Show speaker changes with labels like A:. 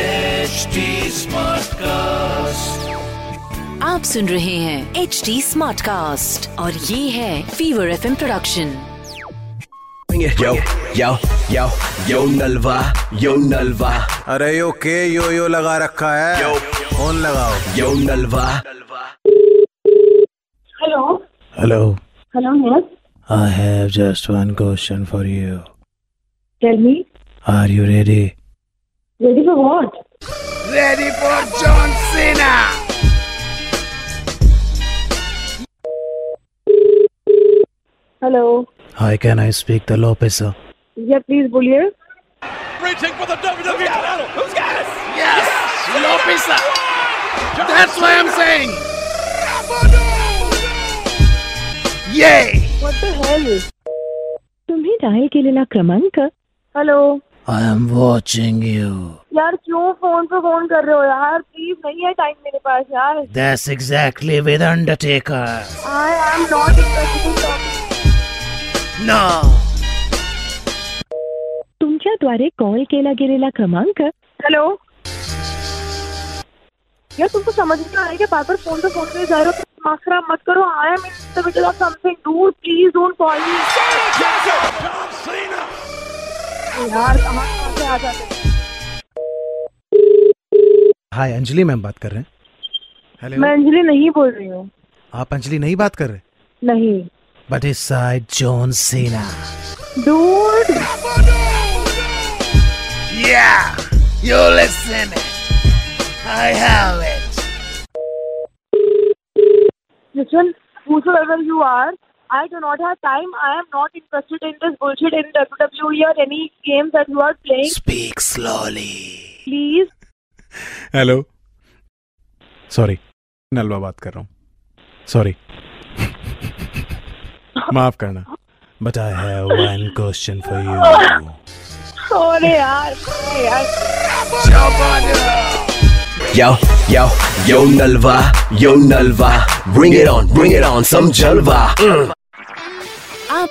A: HD Smartcast.
B: आप सुन रहे हैं एच डी स्मार्ट कास्ट और ये है fever F production
C: Yo, yo, yo, yo Nalva, yo Nalva,
D: अरे यो के यो यो लगा रखा है फोन लगाओ
C: yo Nalva.
E: Hello
F: hello
E: hello yes
F: I have just one question for you
E: tell me
F: are you ready
E: ready for what hello
F: hi can I speak the Lopez sir
E: या please बोलिए
A: Reaching for the WWE title. Who's got it? Yes, Lopez. That's why I'm saying. Yay!
E: What the hell
G: तुम्ही dial केलेला क्रमांक
E: hello
F: I am watching you
E: यार क्यों phone पे phone कर रहे हो यार प्लीज नहीं है टाइम मेरे पास यार
F: that's exactly with Undertaker
E: I am not interested
F: no
G: तुमच्याद्वारे कॉल केला गेलेला क्रमांक
E: हेलो यार तुमको समझ नहीं आ रहा है कि बार बार फोन पे फोन पे जा रहे हो मास्क खराब मत करो I am in off something do please don't call me यार कहाँ कहाँ से आ जाते हैं
D: हाय अंजलि मैम बात कर रहे हैं
E: मैं
D: हेलो
E: अंजलि नहीं बोल रही हूँ
D: आप अंजलि नहीं बात कर रहे
E: नहीं
F: but is side John Cena
E: dude
A: Yeah, you listen it. I have it.
E: listen whosoever you are I do not have time. I am not interested in this bullshit in WWE or any game that you are playing.
F: Speak slowly
E: Please,
D: hello sorry Nalva बात कर रहा हूँ sorry माफ करना
F: but I have one question for you
E: sorry, यार, sorry, यार.
C: Yo, yo, yo Nalva, yo Nalva. Bring it on, bring it on, some Jalva. Mm.
B: आप